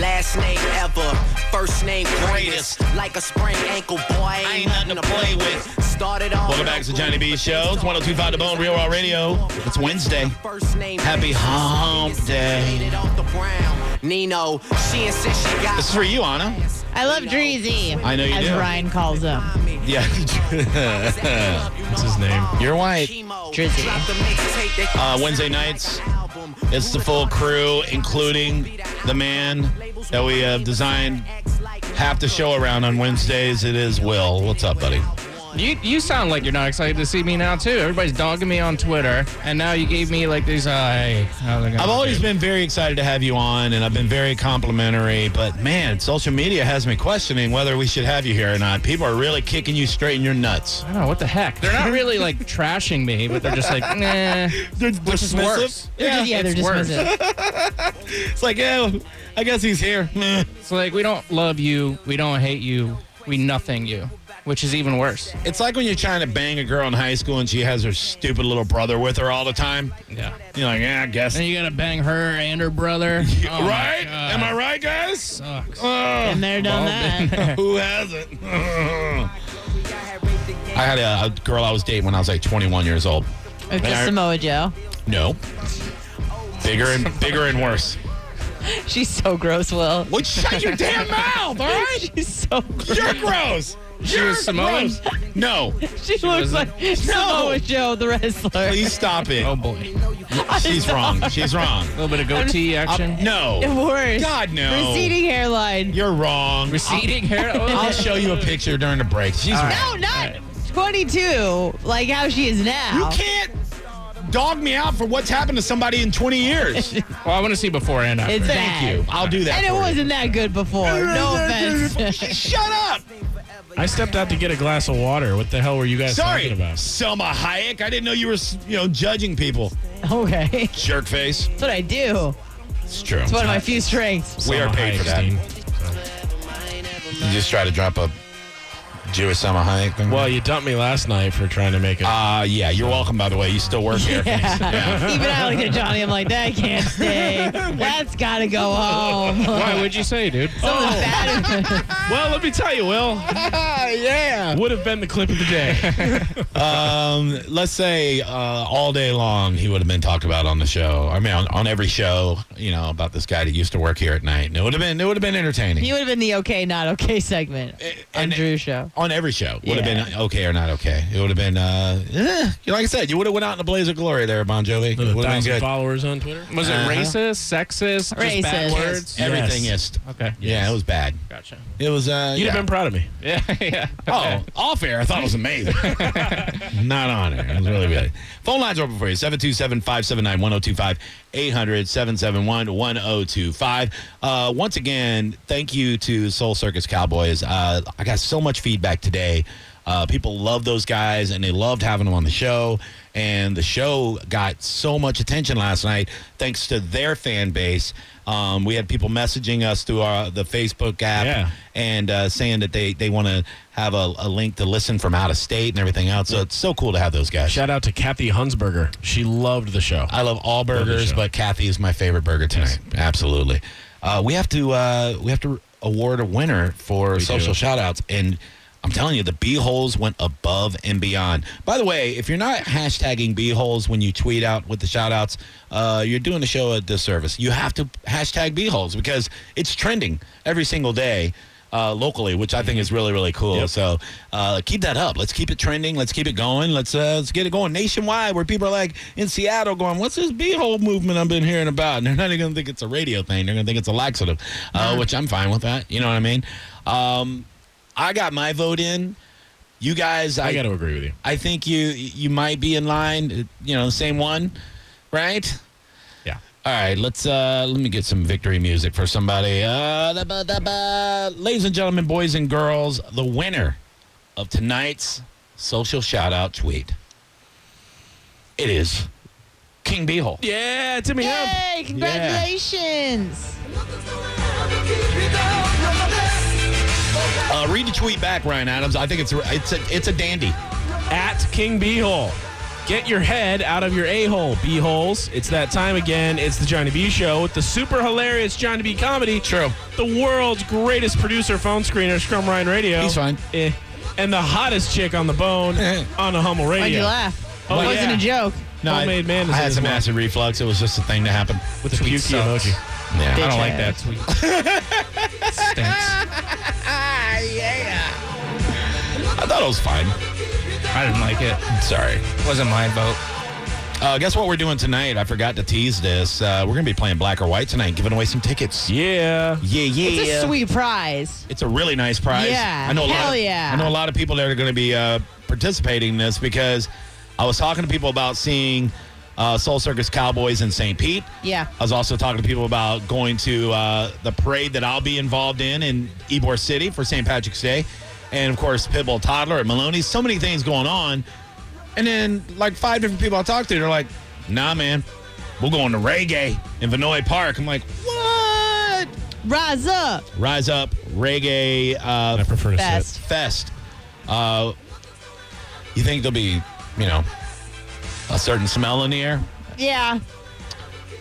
Last name ever, first name greatest. Like a sprained ankle, boy, I ain't nothing to play with. Started off. Welcome back to the Johnny B Show. It's 1025 The Bone, Real Raw Radio. It's Wednesday. Happy Happy hump day. Nino, she insists she got. This is for you, Anna. I love Dreezy. I know you as do. Ryan calls him. Yeah. What's his name? You're white. Drizzy. Uh, Wednesday nights, It's the full crew, including the man that we have designed half the show around on Wednesdays. It is Will. What's up, buddy? You you sound like you're not excited to see me now too. Everybody's dogging me on Twitter, and now you gave me like these. Uh, hey, how's it going? I've always been very excited to have you on, and I've been very complimentary. But man, social media has me questioning whether we should have you here or not. People are really kicking you straight in your nuts. I don't know what the heck. They're not really like trashing me, but they're just like nah. They're Which is worse. They're just- yeah, they're it's just worse. dismissive. It's like, yeah, I guess he's here. Meh. It's like we don't love you, we don't hate you, we nothing you, which is even worse. It's like when you're trying to bang a girl in high school and she has her stupid little brother with her all the time. Yeah. You're like, yeah, I guess. And you gotta bang her and her brother. Oh my right? God. Am I right, guys? Sucks. Ugh. And they're done that. Oh. Who hasn't? I had a, a girl I was dating when I was like 21 years old. It's I- just Samoa Joe. No, bigger and bigger and worse. She's so gross, Will. Would shut your damn mouth, all right? She's so gross. You're gross. She You're was Samoan? gross. No, She, looks like wasn't- Samoa Joe, the wrestler. please stop it. Oh boy. She's wrong. She's wrong. A little bit of goatee action. No, Worse. God no. Receding hairline. you're wrong. Receding hair. Oh, I'll show you a picture during the break. She's All right. wrong. No, not 22, like how she is You now. can't dog me out for what's happened to somebody in 20 years. Well, I want to see before and after. It's Thank bad. Thank you. I'll do that. And it for you. wasn't that good before. No offense. Shut up. I stepped out to get a glass of water. What the hell were you guys Sorry, talking about? Selma Hayek. I didn't know you were, you know, judging people. okay. Jerk face. That's what I do. It's true. It's one of my few strengths. we are paid for that. You just try to drop a Jewish Selma Hayek thing. Well, you dumped me last night for trying to make it. uh, yeah. You're welcome. By the way, you still work here. Yeah. Even I look at Johnny, I'm like, that can't stay. That's gotta go home. Why would you say, dude? Someone's bad. Oh, well, let me tell you, Will. yeah. Would have been the clip of the day. Um, let's say uh, all day long he would have been talked about on the show. I mean, on, on every show, you know, about this guy that used to work here at night. And it would have been it would have been entertaining. You would have been the okay, not okay segment on Eh, and- Drew's show. on every show would Yeah. have been okay or not okay. It would have been, uh, eh. like I said, you would have went out in a blaze of glory there, Bon Jovi. It With a would have been thousand good. followers on Twitter. Was it Uh-huh. racist, sexist, just Racist. bad words? Yeah. Everything Yes. is. Okay. Yeah, it was bad. Gotcha. It was. Uh, You'd yeah. have been proud of me. Yeah, yeah. Oh, off air. I thought it was amazing. Not on air. It was really good. Phone lines are open for you 727 579 1025 800 771 1025. Uh, Once again, thank you to Soul Circus Cowboys. Uh, I got so much feedback today. Uh, people love those guys and they loved having them on the show. And the show got so much attention last night thanks to their fan base. Um, we had people messaging us through our, the Facebook app Yeah. and uh, saying that they, they want to have a, a link to listen from out of state and everything else. So it's so cool to have those guys. Shout out to Kathy Hunsberger. She loved the show. I love all burgers, show. but Kathy is my favorite burger tonight. Absolutely. Uh, we have to uh, we have to award a winner for social shout outs and I'm telling you, the bee holes went above and beyond. By the way, if you're not hashtagging bee holes when you tweet out with the shout outs, uh, you're doing the show a disservice. You have to hashtag bee holes because it's trending every single day uh, locally, which I think is really, really cool. So uh, keep that up. Let's keep it trending. Let's keep it going. Let's uh, let's get it going nationwide, where people are like in Seattle going, "What's this beehole movement I've been hearing about?" And they're not even going to think it's a radio thing. They're going to think it's a laxative, uh, which I'm fine with that. You know what I mean? Um, I got my vote in. You guys, I, I got to agree with you. I think you you might be in line. You know, the same one, right? Yeah. All right, let's uh let me get some victory music for somebody. Uh da, ba, da, ba. ladies and gentlemen, boys and girls, the winner of tonight's social shout out tweet. It is King Beehole. Yeah, Timmy Yay! Congratulations! Uh read the tweet back, Ryan Adams. I think it's it's a it's a dandy. At King Beehole. Get your head out of your a-hole, b-holes. It's that time again. It's the Johnny B Show with the super hilarious Johnny B comedy. True. The world's greatest producer phone screener, Scrum Ryan Radio. He's fine. Eh. And the hottest chick on the bone on a Hummel Radio. Why'd you laugh? Oh, it wasn't yeah. a joke. Homemade I, man I is in had as some well. acid reflux. It was just a thing that happened. With the Tweet puke sucks. emoji. Yeah. I don't like Yeah. that tweet. Stinks. I thought it was fine. I didn't like it. Sorry. Wasn't my vote. Uh, guess what we're doing tonight? I forgot to tease this. Uh, we're going to be playing Black or White tonight, giving away some tickets. Yeah. Yeah, yeah. It's a sweet prize. It's a really nice prize. Yeah, I know a lot hell of, yeah. I know a lot of people that are going to be uh, participating in this because I was talking to people about seeing uh, Soul Circus Cowboys in St. Pete. Yeah. I was also talking to people about going to uh, the parade that I'll be involved in in Ybor City for St. Patrick's Day. And of course, Pitbull Toddler at Maloney's. So many things going on. And then, like, five different people I talked to, they're like, nah, man, we're going to reggae in Vinoy Park. I'm like, what? Rise up. Rise Up Reggae uh, I prefer to say it. Best. Fest. Uh, you think there'll be, you know, a certain smell in the air? Yeah.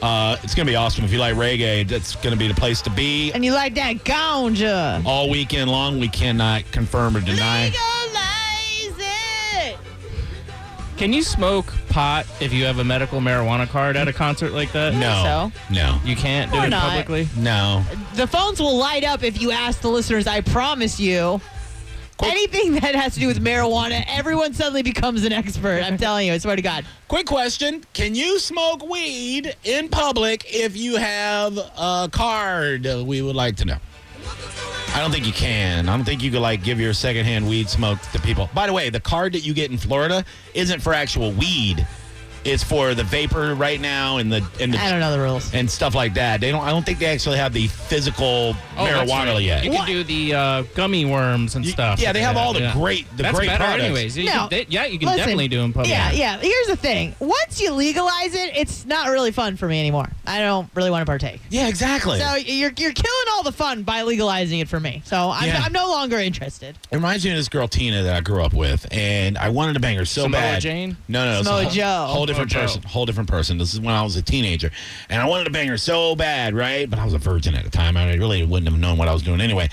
Uh, it's going to be awesome. If you like reggae, that's going to be the place to be. And you like that ganja. All weekend long, we cannot confirm or deny. Legalize it. Can you smoke pot if you have a medical marijuana card at a concert like that? No. No. You can't do Or it not. publicly? No. The phones will light up if you ask the listeners, I promise you. Quick- Anything that has to do with marijuana, everyone suddenly becomes an expert. I'm telling you, I swear to God. Quick question Can you smoke weed in public if you have a card? We would like to know. I don't think you can. I don't think you could like give your secondhand weed smoke to people. By the way, the card that you get in Florida isn't for actual weed. It's for the vapor right now and the and the I don't know the rules. and stuff like that. They don't I don't think they actually have the physical Oh, that's marijuana right. yet. You can do the uh, gummy worms and You- stuff. yeah, they have all the yeah. great the That's great better products. anyways. You No. can- they- yeah, you can Listen, definitely do them public. Yeah, yeah. Here's the thing. Once you legalize it, it's not really fun for me anymore. I don't really want to partake. Yeah, exactly. So you're, you're killing all the fun by legalizing it for me. So I'm, Yeah. I'm no longer interested. It reminds me of this girl Tina that I grew up with, and I wanted to bang her so Samoa bad. Jane? No, no, no. it's a Samoa whole, Joe. Whole different Samoa Joe. person. Whole different person. This is when I was a teenager, and I wanted to bang her so bad, right? But I was a virgin at the time. I really wouldn't have known what I was doing anyway.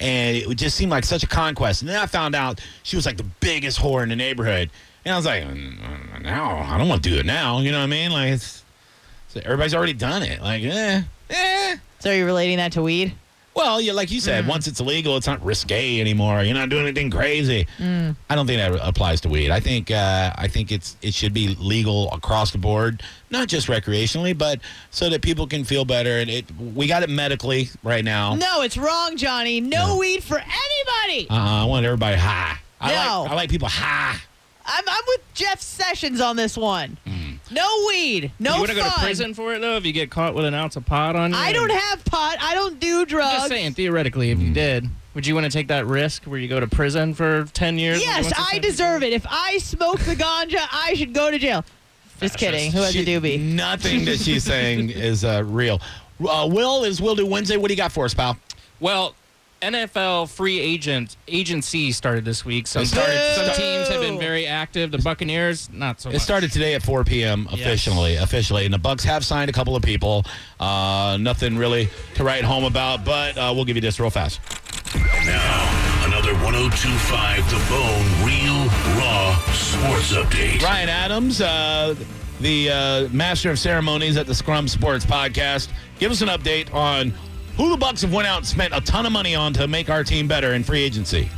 And it would just seemed like such a conquest. And then I found out she was like the biggest whore in the neighborhood, and I was like, "Mm, no, I don't want to do it now. You know what I mean? Like, it's, it's- everybody's already done it. Like, eh, eh. So you're relating that to weed? Well, yeah, like you said, Mm. once it's illegal, it's not risque anymore. You're not doing anything crazy. Mm. I don't think that applies to weed. I think uh, I think it's it should be legal across the board, not just recreationally, but so that people can feel better. And it we got it medically right now. No, it's wrong, Johnny. No weed for anybody. Uh, I want everybody high. I No. like I like people high. I'm, I'm with Jeff Sessions on this one. No weed. No Mm. you fun. wouldn't go to prison for it though if you get caught with an ounce of pot on you. I don't have pot. I don't do drugs. I'm just saying, theoretically, if you did, would you want to take that risk where you go to prison for ten years? Yes, I deserve it. If I smoke the ganja, I should go to jail. Just kidding. Who has She- a doobie? Nothing that she's saying is uh, real. Uh, Will is Will do Wednesday. What do you got for us, pal? Well, NFL free agent agency started Oh. this week. Some, It started- some Boo! teams have been very active. The Buccaneers, not so It much. started today at 4 p.m. officially, officially, and the Bucks have signed a couple of people. Uh, nothing really to write home about, but uh, we'll give you this real fast. Now, another 1025 The Bone Real Raw Sports Update. Ryan Adams, uh, the uh, master of ceremonies at the Scrum Sports Podcast, give us an update on who the Bucks have went out and spent a ton of money on to make our team better in free agency,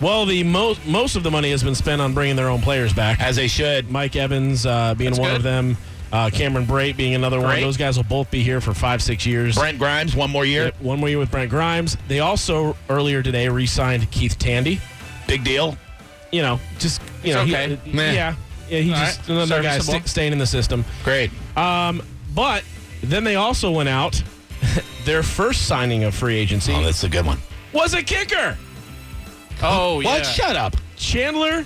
Well, the most most of the money has been spent on bringing their own players back. as they should. Mike Evans uh, being That's one good. of them, uh, Cameron Brate being another one. Brate. Those guys will both be here for five, six years. Brent Grimes, one more year, Yep, One more year with Brent Grimes. They also earlier today re-signed Keith Tandy. big deal. You know, just you know, It's he- okay. Meh. yeah, yeah. He All just right. another guy Serviceable. st- staying in the system. Great. But then they also went out. their first signing of free agency Oh, that's a good one. was a kicker, Oh yeah. What? Shut up. Chandler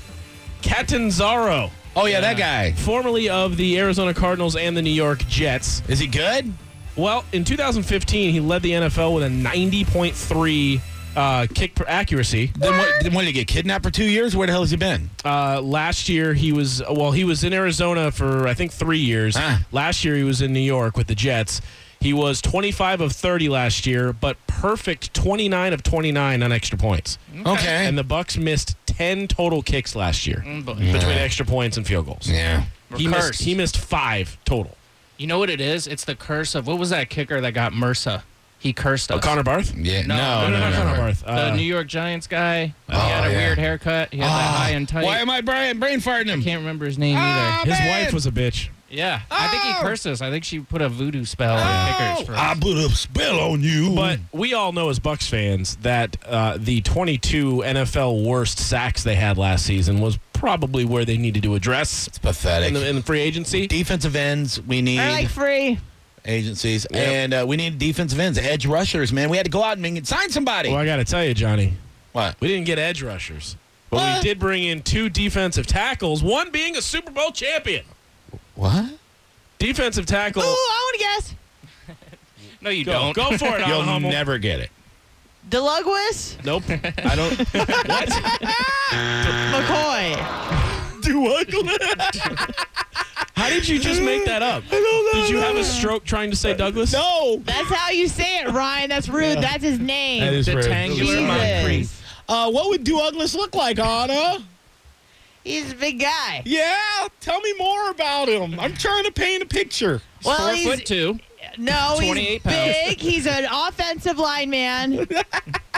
Catanzaro, Oh yeah, that guy. formerly of the Arizona Cardinals and the New York Jets. Is he good? Well, in 2015, he led the NFL with a 90.3 uh, kick per accuracy. Then what, then what did he get kidnapped for two years? Where the hell has he been? Uh, last year he was well, he was in Arizona for I think three years. Ah. Last year he was in New York with the Jets. He was 25 of 30 last year, but perfect 29 of 29 on extra points. Okay. And the Bucks missed 10 total kicks last year between extra points and field goals. yeah. Mm, We're He cursed. missed, he missed five total. You know what it is? It's the curse of what was that kicker that got MRSA? He cursed us. Connor Barth? Yeah. No. No, No. No. no, no, no, no, no, Barth. The Uh, New York Giants guy. he had a yeah. Ah. weird haircut. He had that high and tight. Why am I Brian brain farting him? Can't remember his name Ah, either. His man. wife was a bitch. Yeah, I think he cursed us. I think she put a voodoo spell on kickers. For I us. put a spell on you. Mm. But we all know as Bucks fans that uh, the 22 NFL worst sacks they had last season was probably where they needed to address pathetic. in the, in the free agency. defensive ends, we need They're like free. agencies, and uh, we need defensive ends, edge rushers. Man, we had to go out and sign somebody. Well, I got to tell you, Johnny, What? we didn't get edge rushers, but What? we did bring in two defensive tackles. One being a Super Bowl champion, What? defensive tackle. Ooh, I want to guess. no, you Go, don't. go for it, You'll You'll Hummel. never get it. DeLuguis nope, I don't. what? McCoy. Do what? How did you just make that up? I don't know. Did you have a stroke trying to say Douglas? No. That's how you say it, Ryan. That's rude. That's his name. That is The rude. Tangular Mind Creep. Jesus. Uh, what would Douglas look like, Anna? He's a big guy. Yeah, tell me more about him. I'm trying to paint a picture. Well, Four he's foot two. no, he's 28 pounds. big. He's an offensive lineman.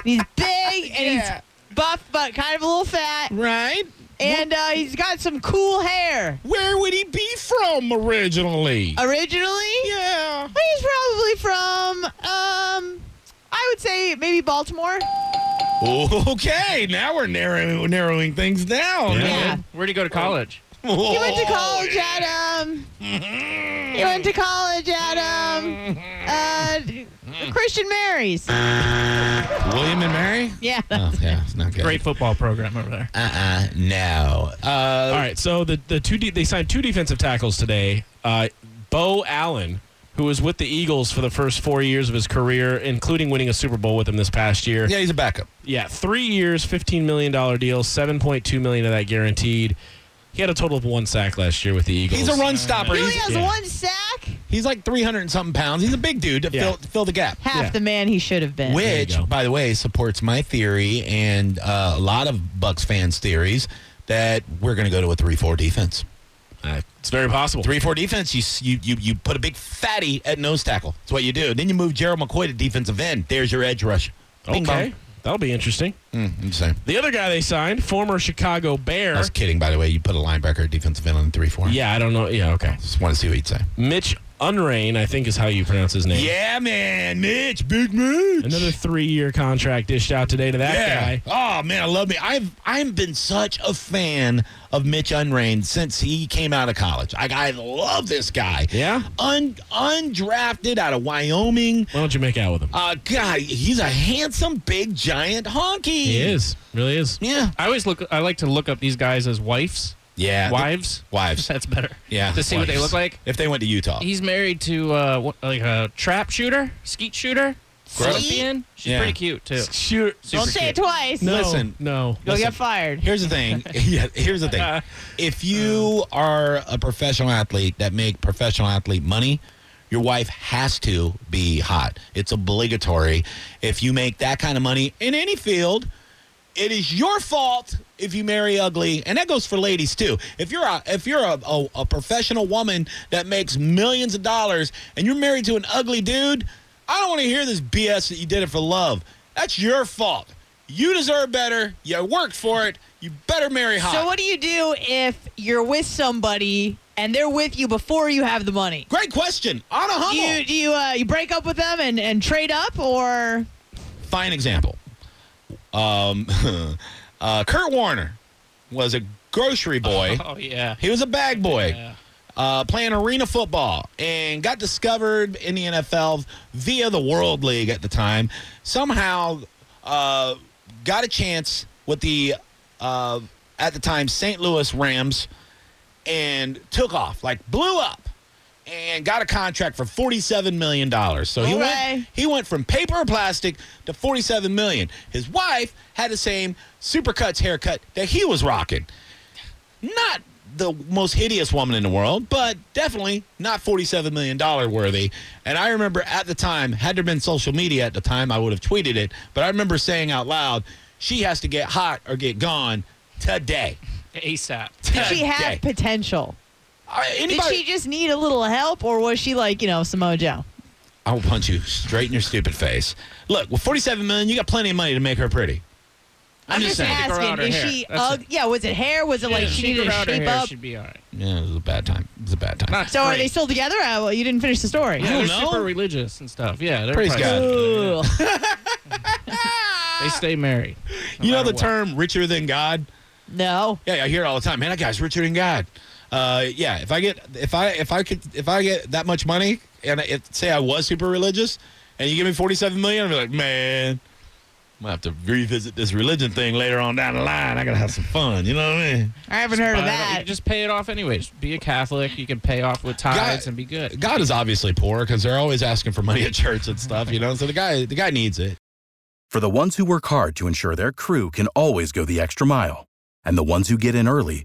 he's big and he's buff, but kind of a little fat. Right? And uh, he's got some cool hair. Where would he be from originally? Originally, Uh, yeah. he's probably from um, I would say maybe Baltimore. Okay, now we're narrowing, narrowing things down. Yeah. Where'd he go to college? He went Oh, to college at um. He went to college at um. Uh, Christian Mary's. William and Mary? Yeah. Oh, yeah, it's not good. Great football program over there. Uh-uh, no. Uh, All right, so the the two de- they signed two defensive tackles today. Uh, Bo Allen, who was with the Eagles for the first four years of his career, including winning a Super Bowl with them this past year. yeah, he's a backup. Yeah, three years, fifteen million dollar deal, seven point two million of that guaranteed. He had a total of one sack last year with the Eagles. He's a run stopper. He only He's, has yeah. one sack. he's like 300 and something pounds. He's a big dude to Yeah. fill, fill the gap. Half Yeah. the man he should have been. you Which, go. by the way, supports my theory and uh, a lot of Bucks fans' theories that we're going to go to a 3 4 defense. Uh, it's very possible. Three four defense, you, s- you you you put a big fatty at nose tackle. That's what you do. Then you move Gerald McCoy to defensive end. There's your edge rush. Bing Okay, that'll be interesting. bong. Mm, I'm just saying. The other guy they signed, former Chicago Bear. I was kidding, by the way. You put a linebacker at defensive end on three four. Yeah, I don't know. Yeah, okay. Just want to see what you'd say. Mitch Unrain, I think is how you pronounce his name. Yeah, man, Mitch, big Mitch. Another three-year contract dished out today to that yeah. guy. Oh man, I love me. I've I've been such a fan of Mitch Unrain since he came out of college. I, I love this guy. Yeah? Un, undrafted out of Wyoming. Why don't you make out with him? Uh, God, he's a handsome, big, giant honky. He is. Really is. Yeah. I always look. I like to look up these guys as wives. Yeah. Wives. Wives. That's better. Yeah. To see what they wives. look like. If they went to Utah. He's married to uh, what, like a trap shooter, skeet shooter, Gross. Olympian. She's Yeah. pretty cute too. Shoot. Super Don't say it cute. twice. No. Listen. No. You'll Listen. get fired. Here's the thing. yeah, here's the thing. If you are a professional athlete that make professional athlete money, your wife has to be hot. It's obligatory. If you make that kind of money in any field, it is your fault if you marry ugly, and that goes for ladies too. If you're a if you're a, a, a professional woman that makes millions of dollars and you're married to an ugly dude, I don't want to hear this BS that you did it for love. That's your fault. You deserve better. You worked for it. You better marry hot. So what do you do if you're with somebody and they're with you before you have the money? Great question. On a Do humble. you do you uh, you break up with them and and trade up or Fine example. Um, uh, Kurt Warner was a grocery boy. Oh yeah. He was a bag boy. Yeah. uh, playing arena football and got discovered in the NFL via the World League at the time. Somehow uh, got a chance with the, uh, at the time, St. Louis Rams and took off, like blew up. and got a contract for forty-seven million dollars. So he Hooray. went he went from paper or plastic to forty-seven million. His wife had the same supercuts haircut that he was rocking. Not the most hideous woman in the world, but definitely not forty-seven million dollar worthy. And I remember at the time, had there been social media at the time, I would have tweeted it. But I remember saying out loud, "She has to get hot or get gone today." ASAP. Did she have Today. potential? Uh, Did anybody- she just need a little help, or was she like, you know, Samoa Joe? I will punch you straight in your stupid face. Look, with 47 million, you got plenty of money to make her pretty. I'm, just, saying. ask- Grow asking. out her Is hair. she? That's Ug- yeah. Was it hair? Was it like she needed to shape up? Should be all right. Yeah, it was a bad time. It was a bad time. Not So are great. they still together? Uh, well, you didn't finish the story. Yeah, don't they're know. super religious and stuff. Yeah, they're Praise probably- God. Ooh. They stay married. no you know matter the what. term richer than God? no. Yeah, I hear it all the time. Man, that guy's richer than God. Uh, yeah, if I get if I if I could if I get that much money and I- if, say I was super religious and you give me 47 million, I'd be like, man, I'm gonna have to revisit this religion thing later on down the line. I gotta have some fun. You know what I mean? I haven't heard of Buy it off. You that. can just pay it off anyways. Be a Catholic. You can pay off with tithes God- and be good. God is obviously poor because they're always asking for money at church and stuff. You know, so the guy the guy needs it. For the ones who work hard to ensure their crew can always go the extra mile, and the ones who get in early